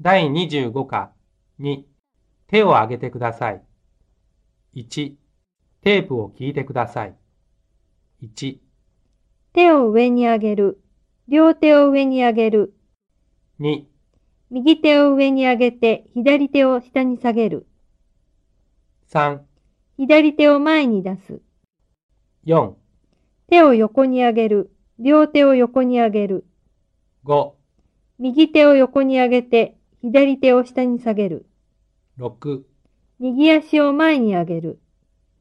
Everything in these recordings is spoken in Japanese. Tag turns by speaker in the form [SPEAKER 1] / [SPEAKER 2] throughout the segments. [SPEAKER 1] 第25課2手を挙げてください。1テープを聞いてください。1
[SPEAKER 2] 手を上に上げる。両手を上に上げる。
[SPEAKER 1] 2
[SPEAKER 2] 右手を上に上げて、左手を下に下げる。
[SPEAKER 1] 3
[SPEAKER 2] 左手を前に出す。
[SPEAKER 1] 4
[SPEAKER 2] 手を横に上げる。両手を横に上げる。
[SPEAKER 1] 5
[SPEAKER 2] 右手を横に上げて、左手を下に下げる。
[SPEAKER 1] 6
[SPEAKER 2] 右足を前に上げる。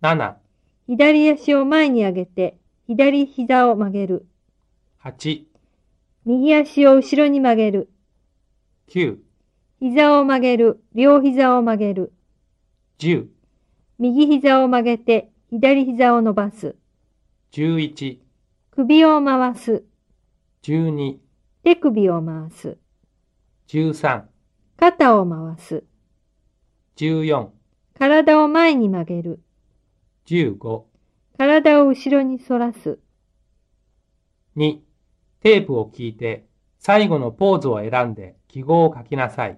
[SPEAKER 1] 7
[SPEAKER 2] 左足を前に上げて、左膝を曲げる。
[SPEAKER 1] 8
[SPEAKER 2] 右足を後ろに曲げる。
[SPEAKER 1] 9
[SPEAKER 2] 膝を曲げる。両膝を曲げる。
[SPEAKER 1] 10
[SPEAKER 2] 右膝を曲げて、左膝を伸ばす。
[SPEAKER 1] 11
[SPEAKER 2] 首を回す。
[SPEAKER 1] 12
[SPEAKER 2] 手首を回す。
[SPEAKER 1] 13
[SPEAKER 2] 肩を回す。
[SPEAKER 1] 14
[SPEAKER 2] 体を前に曲げる。
[SPEAKER 1] 15
[SPEAKER 2] 体を後ろに反らす。
[SPEAKER 1] 2テープを聞いて最後のポーズを選んで記号を書きなさい。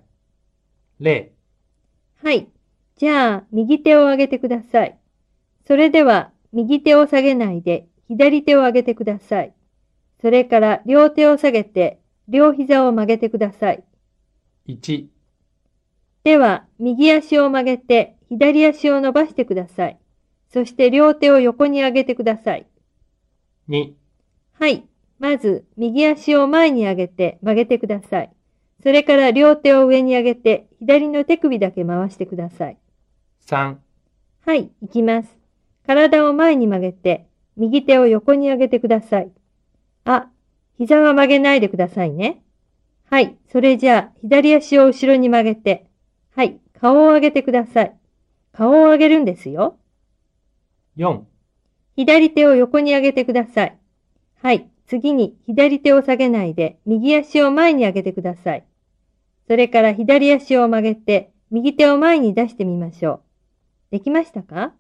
[SPEAKER 1] 0
[SPEAKER 2] はい。じゃあ、右手を上げてください。それでは、右手を下げないで、左手を上げてください。それから、両手を下げて、両膝を曲げてください。
[SPEAKER 1] 1
[SPEAKER 2] では、右足を曲げて、左足を伸ばしてください。そして、両手を横に上げてください。
[SPEAKER 1] 2
[SPEAKER 2] はい。まず、右足を前に上げて曲げてください。それから両手を上に上げて、左の手首だけ回してください。
[SPEAKER 1] 3
[SPEAKER 2] はい、いきます。体を前に曲げて、右手を横に上げてください。あ、膝は曲げないでくださいね。はい、それじゃあ、左足を後ろに曲げて、はい、顔を上げてください。顔を上げるんですよ。
[SPEAKER 1] 4
[SPEAKER 2] 左手を横に上げてください。はい。次に左手を下げないで、右足を前に上げてください。それから左足を曲げて、右手を前に出してみましょう。できましたか